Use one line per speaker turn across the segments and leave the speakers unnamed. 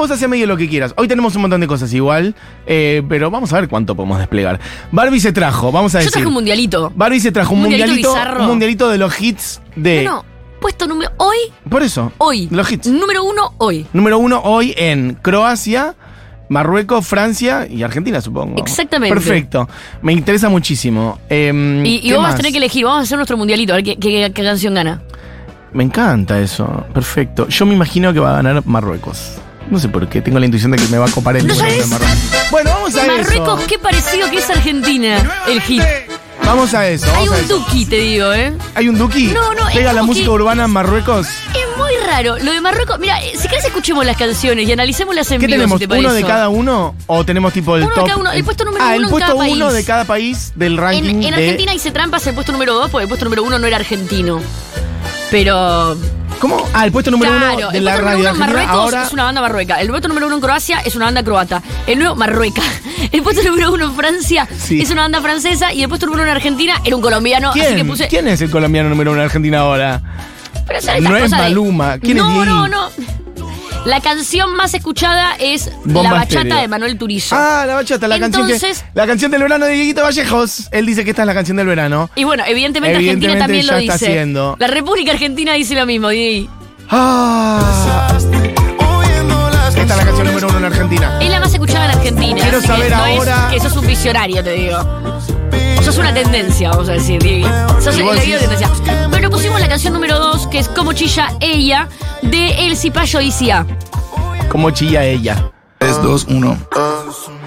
vos hacés medio lo que quieras. Hoy tenemos un montón de cosas igual, eh, pero vamos a ver cuánto podemos desplegar. Barbie se trajo, vamos a
Yo
decir.
traje un mundialito.
Barbie se trajo un
Mundialito
mundialito,
bizarro.
un mundialito de los hits de.
No, no, puesto número. Hoy,
Por eso.
hoy.
Los hits.
Número uno, hoy.
Número uno hoy en Croacia, Marruecos, Francia y Argentina, supongo.
Exactamente.
Perfecto. Me interesa muchísimo. Em,
Y, y
¿qué
vos vas a
más?
tener que elegir, vamos a hacer nuestro mundialito, a ver qué, qué- qué canción gana.
Me encanta eso. Perfecto. Yo me imagino que va a ganar Marruecos. No sé por qué, tengo la intuición de que me va a copar el
¿No
número uno de
sabes?
Marruecos. Bueno, vamos a
Marruecos,
eso.
qué parecido que es Argentina, el hit.
Vamos a eso.
Hay
vamos a
un
eso.
duki, te digo, ¿eh?
¿Hay un duki?
No, no, es
¿Pega la
como
música
que-
urbana en Marruecos?
Es muy raro. Lo de Marruecos, mira, eh, si querés escuchemos las canciones y analicémoslas en
¿Qué
vivo,
tenemos?
si te
¿Uno
parece.
de cada uno? ¿O tenemos tipo el
Uno de
top?
cada uno, el puesto número
ah,
uno
el
en
puesto
cada
uno
país.
de cada país del ranking
En, en
de-
Argentina hice trampas el puesto número 2, porque el puesto número 1 no era argentino. Pero.
¿Cómo? Ah, el puesto número
claro,
uno de
el
la
puesto número
radio
1 en
argentina.
Marruecos
Ahora,
es una banda marrueca. El puesto número 1 en Croacia es una banda croata. El nuevo Marrueca. El puesto número 1 en Francia
Sí.
es una banda francesa. Y el puesto número 1 en Argentina era un colombiano. Así que
¿quién?
puse.
¿Quién es el colombiano número uno en Argentina ahora?
Pero son esas
No es
cosas de-
Maluma. ¿Quién es
no,
Dieguín?
no, no. La canción más escuchada es
Bomba
La Bachata
Estéreo.
de Manuel Turizo.
Ah, la bachata, la
Entonces-
canción que. La canción del verano de Dieguito Vallejos. Él dice que esta es la canción del verano.
Y bueno, evidentemente,
Evidentemente
Argentina también lo
ya está
dice.
haciendo.
La República Argentina dice lo mismo, Didi.
Ah. Esta es la canción número uno en Argentina.
Es la más escuchada en Argentina.
Quiero
así que
saber
no
ahora-
Es que sos un visionario, te digo. Sos una tendencia, vamos a decir, Diego. Sos
Y vos
el
decís-
de tendencia. Pero pusimos la canción número 2, que es Como Chilla Ella, de El Cipayo y Cia.
Como chilla ella.
3, 2, 1.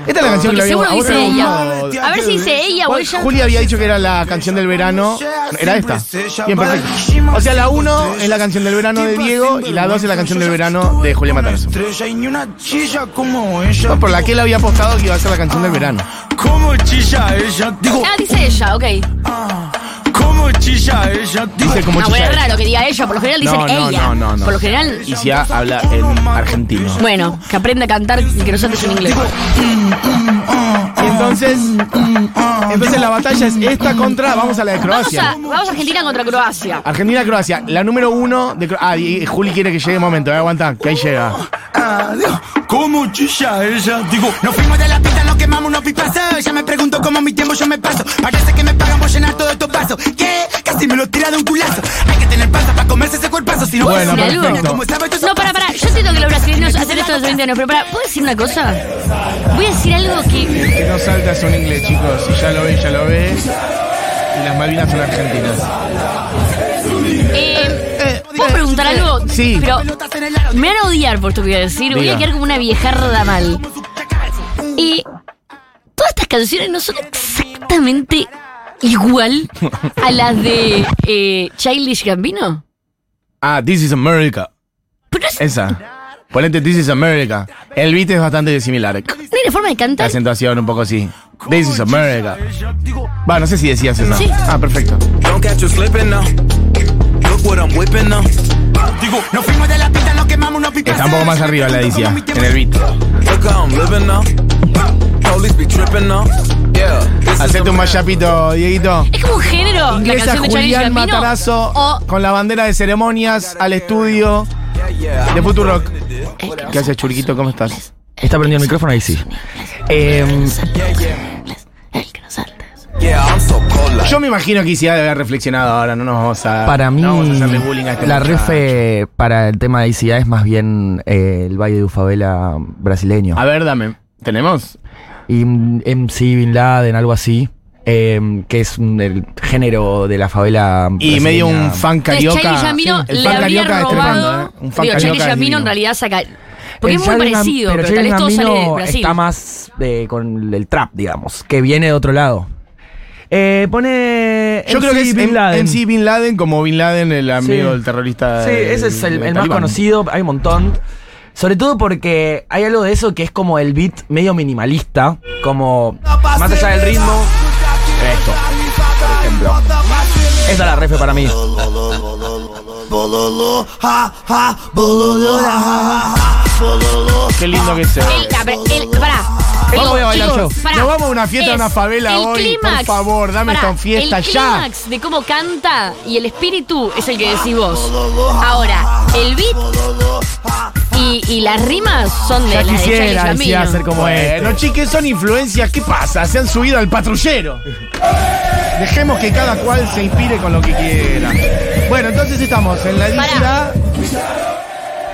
Esta es la canción
Porque
que la
seguro
habíamos-
dice
a vos te
ella.
gustó.
A ver si dice ella o
Juan-
ella.
Julia había dicho que era la canción del verano. Era esta. Bien, perfecto. O sea, la 1 es la canción del verano de Diego y la 2 es la canción del verano de Julia Matarazzo.
Estrella y ni una chilla como ella.
No, por la que él había apostado que iba a ser la canción del verano.
Como chilla ella. Digo,
Ah, dice ella, ok.
como chilla ella.
Dice como
Ah, bueno, es
chilla.
raro que diga ella. Por lo general dicen
No, no,
ella.
no, no, no.
Por lo general.
Y si habla en argentino.
Bueno, que aprenda a cantar y que no antes en inglés.
Entonces, entonces la batalla es esta contra, vamos a la de
Vamos a,
Croacia.
vamos a Argentina contra Croacia.
Argentina-Croacia, la número uno de Cro- Ah, y y Juli quiere que llegue el momento, eh, aguanta, que ahí llega.
Como chilla ella. Digo,
Nos fuimos de la pista, nos quemamos unos pipazos. Ya me pregunto cómo mi tiempo yo me paso. Parece que me pagan por llenar todos estos vasos. ¿Qué? Casi me lo tira de un culazo. Hay que tener panza para comerse ese cuerpazo. Si no,
Bueno,
parece una
perfecto.
luna, como sabe, yo soy-
No, para, para. Yo siento que los brasileños hacen esto desde 20 años, pero para, ¿puedo decir una cosa? Voy a decir algo que.
Que no saltas un inglés, chicos. Si ya lo ves, ya lo ves. Y las Malvinas son argentinas.
Eh, ¿Puedo preguntar algo?
Sí.
Pero me van a odiar por esto que voy a decir. Voy
Diga.
a quedar como una viejarda mal. Y todas estas canciones no son exactamente igual a las de eh, Childish Gambino.
Ah, This is America.
Pero no, es-
Esa. Ponete This is America. El beat es bastante similar.
no hay una forma de
La
cantar.
acentuación un poco así. This is America. Va, no sé si decías eso.
Sí.
Ah, perfecto.
Don't catch you slipping now. Look what I'm whipping now.
Digo, nos fuimos de la pista, nos quemamos unos pipazos.
Está un poco más arriba la edición, en el beat.
Look how I'm living now. Police be tripping now. Yeah. this is
Hacete un
America.
mashupito, Dieguito.
Es como un género. la
Ingresa
canción de Childish
Julián
Gambino,
Matarazo
O
con la bandera de ceremonias al estudio de Futurock. ¿Qué haces, Churquito? ¿Cómo estás?
Está prendido el micrófono, ahí sí. Em,
El que no salta.
Yeah, I'm so cold like.
Yo me imagino que Isia debe haber reflexionado ahora, no nos vamos a.
para mí,
Ah, no vamos a hacerle bullying a este
la
muchacho.
refe para el tema de ICA es más bien eh, el Valle de Ufabela brasileño.
A ver, dame. ¿Tenemos?
Y mm, MC Bin Laden, algo así, em, que es un- el género de la favela
Y
brasileña.
medio un fan
Entonces,
carioca.
Charlie Yamino
el
le
fan
habría
carioca es
robado.
tremendo, ¿eh? Un fan
digo, Charlie
carioca. es
Yamino en
divino.
realidad saca. Porque
El
es muy
Charlie Gam-
parecido, pero, tal
Charlie
vez todo sale de
Gambino
Brasil.
Está más eh, con el trap, digamos, que viene de otro lado. Eh, pone.
Yo creo que es
MC Bin Laden.
MC Bin Laden, como Bin Laden, el amigo del terrorista.
Sí,
del-
ese es
del
el, el más
talibán.
conocido, hay un montón. Sobre todo porque hay algo de eso que es como el beat medio minimalista, como más allá del ritmo. Esto, por ejemplo. Esa es la refe para mí.
Qué lindo que se ve.
El, ah, pero el- pará. Digo,
a bailar
chicos,
yo.
pará.
Nos vamos a una fiesta, a una
Es
favela
el
hoy, por
clímax.
favor, dame
Pará,
esta fiesta
el
ya.
clímax de cómo canta y el espíritu es el que decís vos. Ahora, el beat y Y, y las rimas son de
Ya
las de Charlie
quisiera decía,
Gambino.
hacer como este. Bueno, chiques, son influencias. ¿Qué pasa? Se han subido al patrullero. Dejemos que cada cual se inspire con lo que quiera. Bueno, entonces estamos en la
Pará.
lista.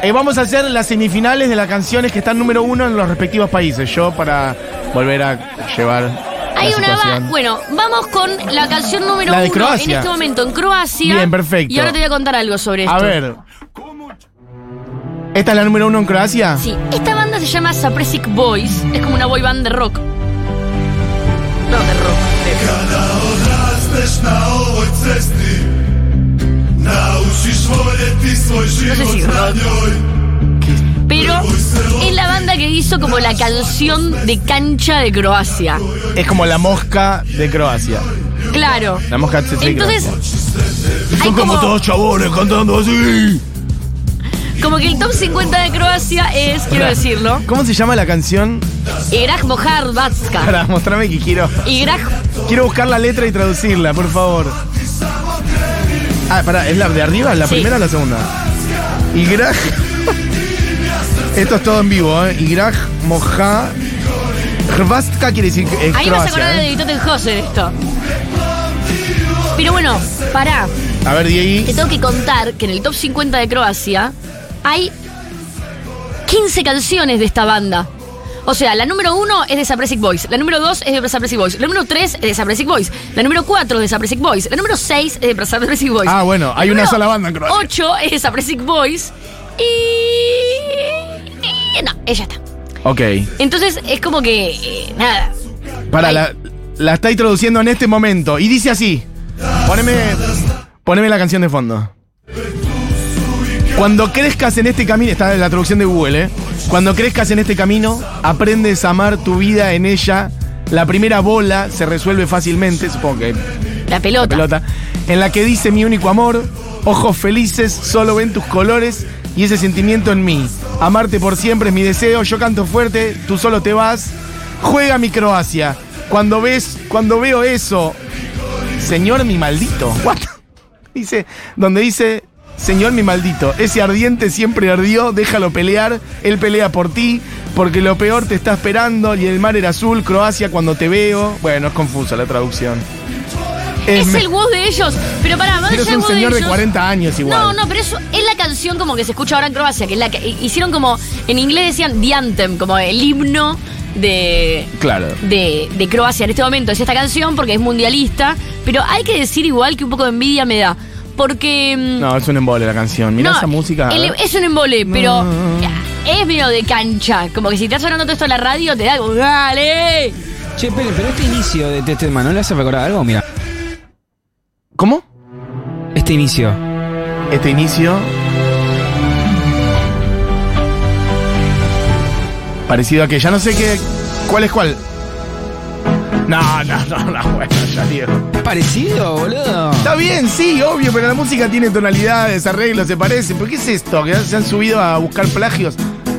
Eh, vamos a hacer las semifinales de las canciones que están número uno en los respectivos países. Yo para volver a llevar. la
Hay una va.
situación.
Bueno, vamos con la canción número
La de
uno en
Croacia.
este momento en Croacia.
Bien, perfecto.
Y ahora te voy a contar algo sobre esto.
A ver. ¿Esta es la número uno en Croacia?
Sí, esta banda se llama Sapresic Boys. Es como una boy band de rock. No, de rock.
Rasteš na ovoj cesti Naučiš voljeti svoj život na njoj
Pero es la banda que hizo como la canción de cancha de Croacia.
Es como la mosca de Croacia.
Claro.
La mosca se se-
Entonces, hay
Kako
como,
mu to čavore kantando así
como que el top 50 de Croacia es, quiero decirlo,
¿Cómo se llama la canción?
Grah Moharvatska.
Para mostrarme que quiero.
Y Grah,
Quiero buscar la letra y traducirla, por favor. Ah, pará, ¿es la de arriba? ¿La
Sí.
primera o la segunda? Y Graj. Esto es todo en vivo, ¿eh? Y Graj Moja. Hrvastka quiere decir que es
ahí vas a acordar
Croacia.
de
¿eh?
Ditoten Jose esto. Pero bueno, pará.
A ver,
Te
Diego.
tengo que contar que en el top 50 de Croacia hay 15 canciones de esta banda. O sea, la número 1 es de Sapresic Boys, la número 2 es de Sapresic Boys, la número 3 es de Sapresic Boys, la número 4 es de Sapresic Boys, la número 6 es de Sapresic Boys.
Ah, bueno, hay una sola banda en Croacia.
8 es de Sapresic Boys y... y No, ella está.
Ok.
Entonces es como que... eh, nada.
Pará, la, la está introduciendo en este momento. Y dice así. Poneme. Poneme la canción de fondo. Cuando crezcas en este camino, está en la traducción de Google, ¿eh? Cuando crezcas en este camino, aprendes a amar tu vida en ella. La primera bola se resuelve fácilmente, supongo que
La pelota.
la pelota, en la que dice mi único amor, ojos felices, solo ven tus colores y ese sentimiento en mí. Amarte por siempre es mi deseo, yo canto fuerte, tú solo te vas. Juega mi Croacia. Cuando ves, cuando veo eso, señor mi maldito. What? Dice, donde dice, señor mi maldito, ese ardiente siempre ardió, déjalo pelear, él pelea por ti, porque lo peor te está esperando y el mar era azul, Croacia cuando te veo. Bueno, es confusa la traducción.
Es,
me-
el wow de ellos. Pero pará, más
Pero es
allá del
un
wow de
señor de
ellos-
40 años igual.
No, no, pero eso es la canción como que se escucha ahora en Croacia, que es la que hicieron como, en inglés decían The Anthem, como el himno de,
Claro.
de, de Croacia en este momento. Es esta canción porque es mundialista, pero hay que decir igual que un poco de envidia me da, porque... mm,
No, es un embole la canción. Mirá
no,
esa música. Ah.
el- e- es un embole, pero es medio de cancha, como que si estás sonando todo esto en la radio te da como, dale.
Che, Pele, pero este inicio de este tema, ¿no le hace recordar algo? Mira,
¿Cómo?
este inicio.
Este inicio. Parecido a que ya no sé qué. ¿Cuál es cuál? No, no, no, no, bueno, ya Diego.
¿Es parecido, boludo?
Está bien, sí, obvio, pero la música tiene tonalidades, arreglos, se parecen. ¿Pero qué es esto? ¿Que se han subido a buscar plagios?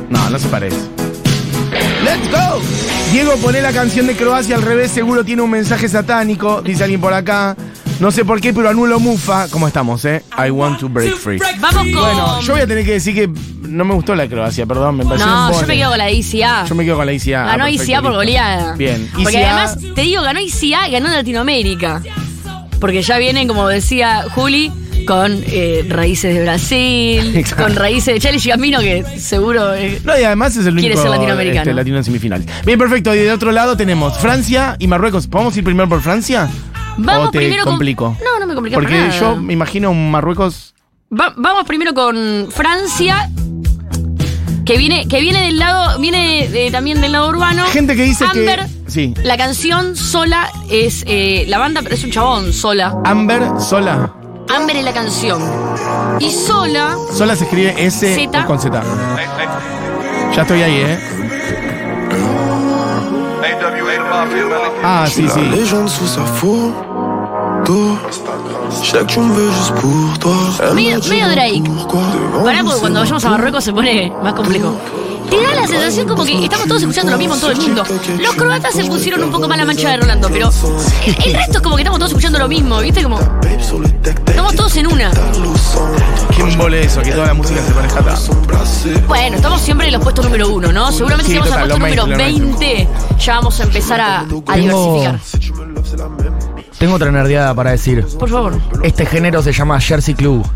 No, no se parece. ¡Let's go! Diego, poné la canción de Croacia al revés, seguro tiene un mensaje satánico, dice alguien por acá. No sé por qué, pero anulo Mufa. ¿Cómo estamos, eh? I want to break free.
Vamos con...
Bueno, yo voy a tener que decir que no me gustó la de Croacia, perdón, me pareció un
no, yo
embole.
me quedo con la ICA.
Ah. Yo me quedo con la ICA.
Ganó
Ah, perfecto,
ICA por
listo.
goleada.
Bien.
Porque
ICA
además, te digo, ganó ICA, ganó en Latinoamérica. Porque ya vienen, como decía Juli, con eh, raíces de Brasil, con raíces de Chile y Gambino, que seguro. eh,
No, y además es el único
Quiere ser latinoamericano.
este, latino en semifinales. Bien, perfecto. Y de otro lado tenemos Francia y Marruecos. ¿Podemos ir primero por Francia?
Vamos
¿O te
primero con-
complico?
No, no me complica
Porque
para nada.
yo me imagino un Marruecos.
va- vamos primero con Francia. Que viene, que viene del lado, viene de- de- también del lado urbano.
Gente que dice que-
Amber,
sí.
La canción sola es. eh, la banda es un chabón sola.
Amber Sola.
Amber es la canción. Y sola.
Sola se escribe S
Zeta.
o con Z. Ya estoy ahí, ¿eh? Ah, sí,
La
sí.
légende sous sa photo Je sais que tu me veux juste pour toi Elle
Medio-
me dit
medio Drake.
pourquoi. Devant
Pará,
nous,
porque
c'est
cuando vayamos a Marruecos se pone más complejo. Te da la sensación como que estamos todos escuchando lo mismo en todo el mundo. Los croatas se pusieron un poco más la mancha de Rolando, pero el, el resto es como que estamos todos escuchando lo mismo, ¿viste? Como estamos todos en una.
¿Quién vole eso? Que toda la música se parezca acá.
Bueno, estamos siempre en los puestos número uno, ¿no? Seguramente
Sí,
si vamos al
total, lo
puesto
mainstream,
número
lo mainstream.
20 ya vamos a empezar a, a diversificar.
Tengo otra nerdeada para decir.
Por favor.
Este género se llama Jersey Club.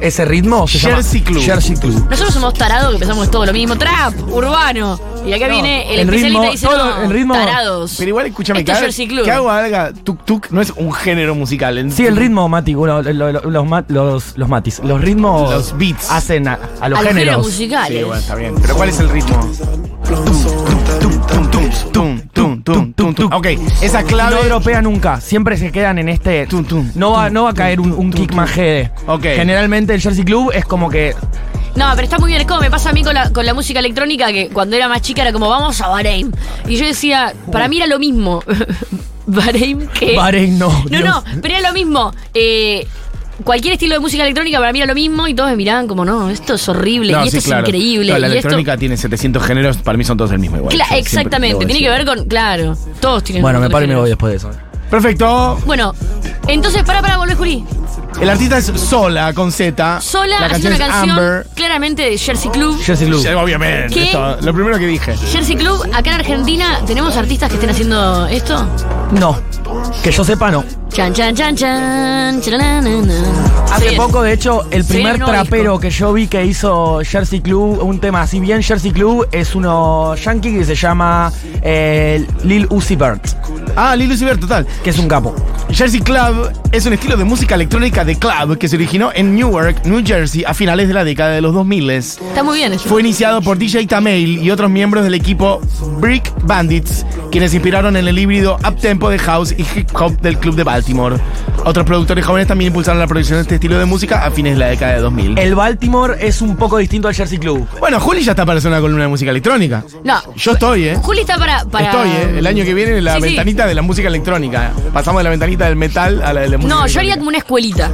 Ese ritmo se llama
Jersey Club.
Jersey Club.
Nosotros somos tarados que pensamos que es todo lo mismo. Trap, urbano. Y acá viene el,
el
especialista
ritmo,
y dice,
todo
no,
el ritmo.
tarados.
Pero igual, escúchame,
Esto
cada
es
vez
Jersey Club.
que hago alga tuk tuk no es un género musical. en-
Sí, el ritmo, Mati, bueno, lo- lo- los, ma- los, los matis. Los ritmos
Los beats.
hacen a, a los
a los géneros
géneros.
musicales.
Sí, bueno, está bien. Pero ¿cuál es el ritmo? Tum, tum, tum, tum, tum. Ok, esa clave.
No dropea nunca, siempre se quedan en este.
Tum, tum,
no, va, no va a caer un, un kick más GD.
Ok.
Generalmente el Jersey Club es como que.
No, pero está muy bien. Es como me pasa a mí con la, con la música electrónica que cuando era más chica era como, vamos a Bahrein. Y yo decía, para mí era lo mismo. Bahrein que...
Bahrein no.
No,
Dios.
no, pero era lo mismo. Eh, cualquier estilo de música electrónica para mí era lo mismo y todos me miraban como, no, esto es horrible
No,
y
sí,
esto
claro.
es increíble.
No, la
y esto-
electrónica tiene 700 géneros, para mí son todos el mismo igual.
Cla-
Yo siempre lo
exactamente,
voy a
tiene que
decir.
ver con, claro, todos tienen
Bueno,
un
me
montón de
paro y me voy
géneros.
después de eso. eh.
Perfecto.
Bueno, entonces, para, para, volver, Juli.
El artista es Sola, con Z.
Sola
la canción
haciendo una
es
canción
Amber.
claramente de Jersey Club.
Jersey Club.
Sí, obviamente.
¿Qué?
esto- lo primero que dije.
Jersey Club, acá en Argentina, ¿tenemos artistas que estén haciendo esto?
No. Que yo sepa, no.
Chan, chan, chan, chan. charanana.
Hace
Bien.
poco, de hecho, el
Se
primer
viene un nuevo
trapero
disco.
que yo vi que hizo Jersey Club, un tema así bien Jersey Club, es uno yankee que se llama eh, Lil Uzi Vert,
Ah, Lil Lucifer, total.
que es un capo.
Jersey Club es un estilo de música electrónica de club que se originó en Newark, New Jersey, a finales de la década de los 2000.
Está muy bien eso.
Fue iniciado por DJ Tamail y otros miembros del equipo Brick Bandits, quienes se inspiraron en el híbrido uptempo de house y hip hop del club de Baltimore. Otros productores jóvenes también impulsaron la producción de este estilo de música a fines de la década de 2000.
El Baltimore es un poco distinto al Jersey Club.
Bueno, Juli ya está para hacer una columna de música electrónica.
No,
Yo estoy, ¿eh?
Juli está para. para-
Estoy, ¿eh? El año que viene la
Sí, sí.
ventanita de la música electrónica. Pasamos de la ventanita del metal a la de la música
No, yo haría
electrónica.
como una escuelita.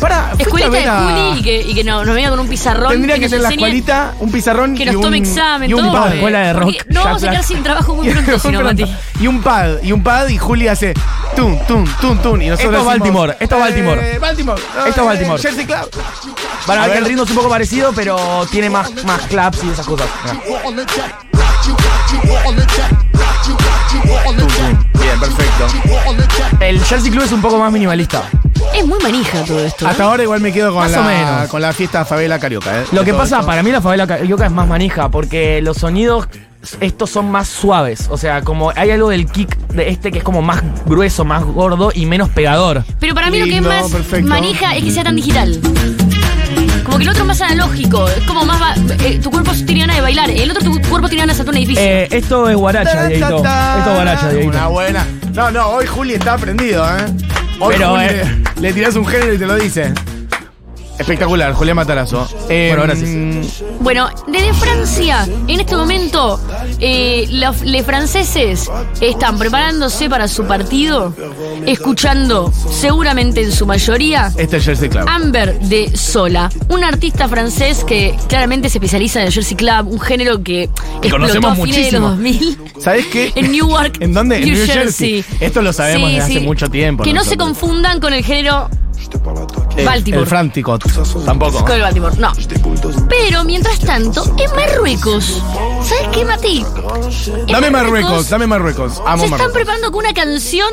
Para,
Escuelita
fuiste
de
a ver a-
Juli y que, y que no- nos venga con un pizarrón.
Tendría que
nos
tener la
enseñe,
escuelita, un pizarrón
Que
y
nos
un,
tome examen,
y un
todo.
pad.
eh,
Escuela de rock,
porque No
ya
vamos a quedar
plata.
sin trabajo muy pronto, sino Mati.
Y un pad, y un pad, y Juli hace tum, tum, tum, tum. Y nosotros
Esto es
decimos,
Baltimore, esto es Baltimore.
eh, Baltimore.
Esto es Baltimore.
Jersey Club.
Para
A
ver, que
ver.
el ritmo es un poco parecido, pero tiene más, más claps y esas cosas. Mirá.
Bien, perfecto.
El Jersey Club es un poco más minimalista.
Es muy manija todo esto. ¿eh?
Hasta ahora igual me quedo con,
Más o
la,
menos.
con la fiesta favela carioca. ¿eh?
Lo que
Todo
pasa,
esto.
para mí la favela carioca es más manija, porque los sonidos estos son más suaves. O sea, como hay algo del kick de este que es como más grueso, más gordo y menos pegador.
Pero para mí lo que es
Lindo,
más
perfecto.
manija es que sea tan digital. Como que el otro es más analógico. Es como más. va- eh, tu cuerpo tiene ganas de bailar. El otro tu cuerpo tiene ganas de saltar un edificio.
Eh, esto es guaracha,
Ta, ta,
Dieguito.
ta.
Esto es guaracha,
Una
Dieguito.
buena. No, no, hoy Juli está aprendido, ¿eh? Hoy
Pero,
Juli
eh.
le, le tirás un género y te lo dice. Espectacular, Julián Matarazo. Eh,
Bueno, ahora sí.
Bueno, desde Francia, en este momento, eh, los le franceses están preparándose para su partido, escuchando, seguramente en su mayoría,
Este es Jersey Club.
Amber de Sola, un artista francés que claramente se especializa en el Jersey Club, un género que, explotó a
conocemos
fines de los
muchísimo.
2000.
¿Sabes qué?
En Newark.
¿En dónde? En New Jersey. Esto lo sabemos desde hace mucho tiempo
Que no se
nosotros.
confundan con el género Baltimore.
El Franticot. Tampoco.
con el Baltimore, no. Pero mientras tanto, en Marruecos, ¿sabes qué, Mati? En
Dame Marruecos, dame Marruecos.
se
Amo
están
Marruecos.
preparando con una canción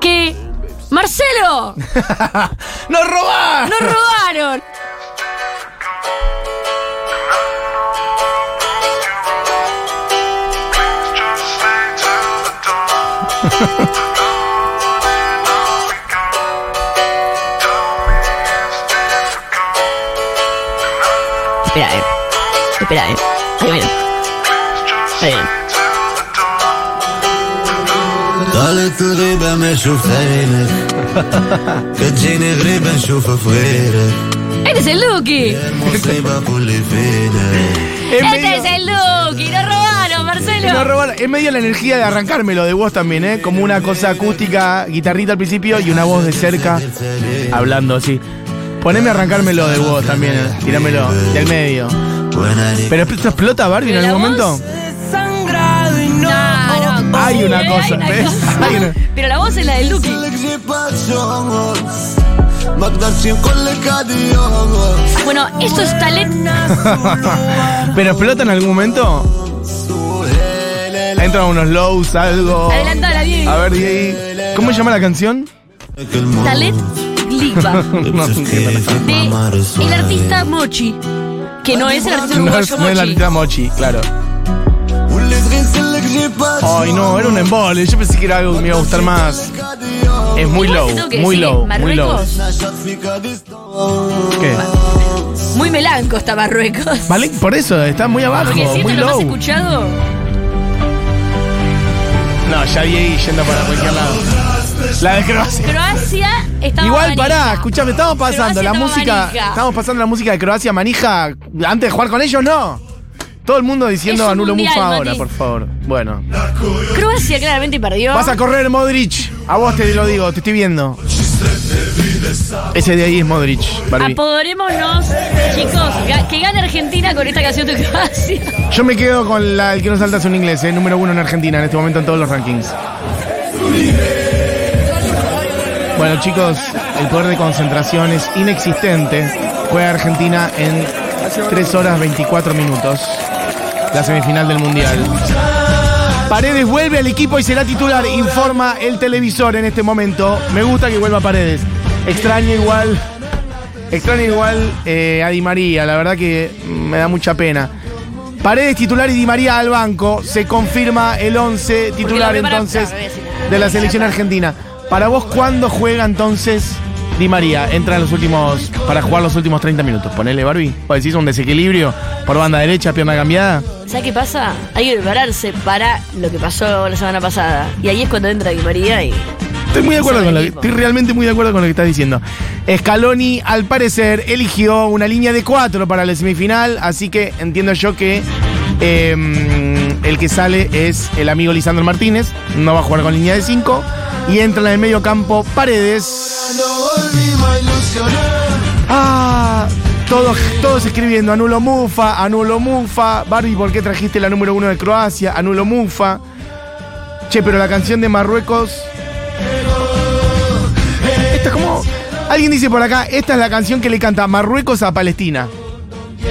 que. ¡Marcelo!
¡Nos robás!
¡Nos robaron! Espera, eh. Espera, eh. Ahí viene. Ahí viene.
طالع تغيبة ما اشوف عينك كتجيني غريبة نشوف في غيرك
Este es el Lucky.
المصيبة كل فينا
Es
Este
medio,
es el Lucky. Nos robaron, Marcelo.
nos robaron. Es medio la energía de arrancármelo de vos también, ¿eh? Como una cosa acústica, guitarrita al principio y una voz de cerca hablando así. Poneme a arrancármelo de vos también, ¿eh? Tíramelo del medio.
Buena ni-
¿Pero esto explota Barbie en
¿Pero
algún
la
momento?
No, no,
Hay una
sí,
cosa,
una
¿ves?
cosa.
Hay una-
Pero la voz es la de Lucky.
Alegre pasión, Magdación con le cadión.
Bueno, esto es Talet.
¿Pero explota en algún momento? Entran unos lows, algo.
Adelantala bien.
A ver, Diego. ¿Cómo se llama la canción?
Que el mundo
Talet Liva.
No,
se
entiendo.
escribe, que
De
mamar es
el
suave.
artista Mochi. Que no es el artista
no es,
uruguayo
no es la
Mochi.
letra Mochi, claro. Ay, no, era un embole. Yo pensé que era algo que me iba a gustar más. Es muy
Igual
low,
te tengo que
muy
decir que
low, muy low.
Marruecos,
¿Qué?
Muy melanco está Marruecos.
Vale, por eso, está muy abajo,
Porque si esto
muy
es lo más
low.
escuchado.
No, ya vi ahí yendo para cualquier lado. La de Croacia.
Croacia estaba
Igual, pará,
Ah, manija.
escuchame, estamos pasando
Croacia
la
estaba
música.
manija.
Estamos pasando la música de Croacia manija. Antes de jugar con ellos, no. Todo el mundo diciendo
Es un
anulo
mundial,
mucho ahora,
Mati.
por favor. Bueno.
Croacia claramente perdió.
Vas a correr, Modric. A vos te lo digo, te estoy viendo. Ese de ahí es Modric, Barbie.
Apoderémonos, chicos, ga- que gane Argentina con esta canción de Croacia.
Yo me quedo con la, el que no saltas un inglés, eh, número uno en Argentina en este momento en todos los rankings. Bueno, chicos, el poder de concentración es inexistente. Juega Argentina en 3 horas 24 minutos. La semifinal del Mundial. Paredes vuelve al equipo y será titular, informa el televisor en este momento. Me gusta que vuelva Paredes. Extraño igual. Extraño igual eh, a Di María, la verdad que mm, me da mucha pena. Paredes titular y Di María al banco. Se confirma el 11 titular
prepara-
entonces
Claro, voy a decir.
de la selección argentina. Para vos, ¿cuándo juega entonces Di María? Entra en los últimos. para jugar los últimos 30 minutos. Ponele Barbie. O decís un desequilibrio por banda derecha, pierna cambiada.
¿Sabes qué pasa? Hay que prepararse para lo que pasó la semana pasada. Y ahí es cuando entra Di María y.
Estoy muy de acuerdo
Sabe
con lo
el
que,
tipo.
estoy realmente muy de acuerdo con lo que estás diciendo. Scaloni, al parecer, eligió una línea de cuatro para la semifinal, así que entiendo yo que eh, el que sale es el amigo Lisandro Martínez, no va a jugar con línea de cinco, y entra en el medio campo Paredes. Ah, todos, todos escribiendo, anulo Mufa, anulo Mufa, Barbie, ¿por qué trajiste la número uno de Croacia? Anulo Mufa. Che, pero la canción de Marruecos esto es como. Alguien dice por acá, esta es la canción que le canta Marruecos a Palestina.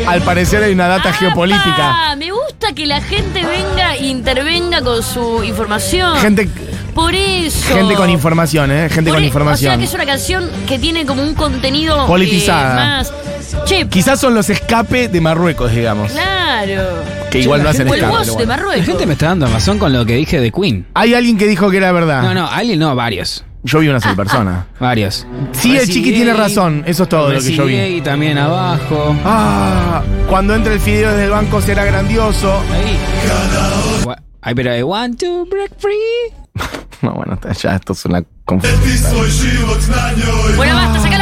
Al parecer hay una data
¡Apa!
geopolítica.
Me gusta que la gente venga e intervenga con su información.
Gente,
Por eso.
gente con información, ¿eh? Gente
Por
con
e- O sea
información.
que es una canción que tiene como un contenido. eh,
Politizada.
más. Che,
Quizás son los escape de Marruecos, digamos.
claro.
Que igual no hacen
O el
escape.
Woz
pero
de
bueno.
Marruecos.
La gente me está dando razón con lo que dije de Queen.
Hay alguien que dijo que era verdad.
No, no, alguien no, varios.
Yo vi una
Ah,
sola persona.
Varios.
Sí, el chiqui
Residei,
tiene razón. Eso es todo lo que yo vi.
Residei también abajo.
Ah, cuando entre el fideo desde el banco será grandioso.
Ahí. Gua- Ay, pero I want to break free.
No, bueno, ya esto es una confusión.
Bueno, basta,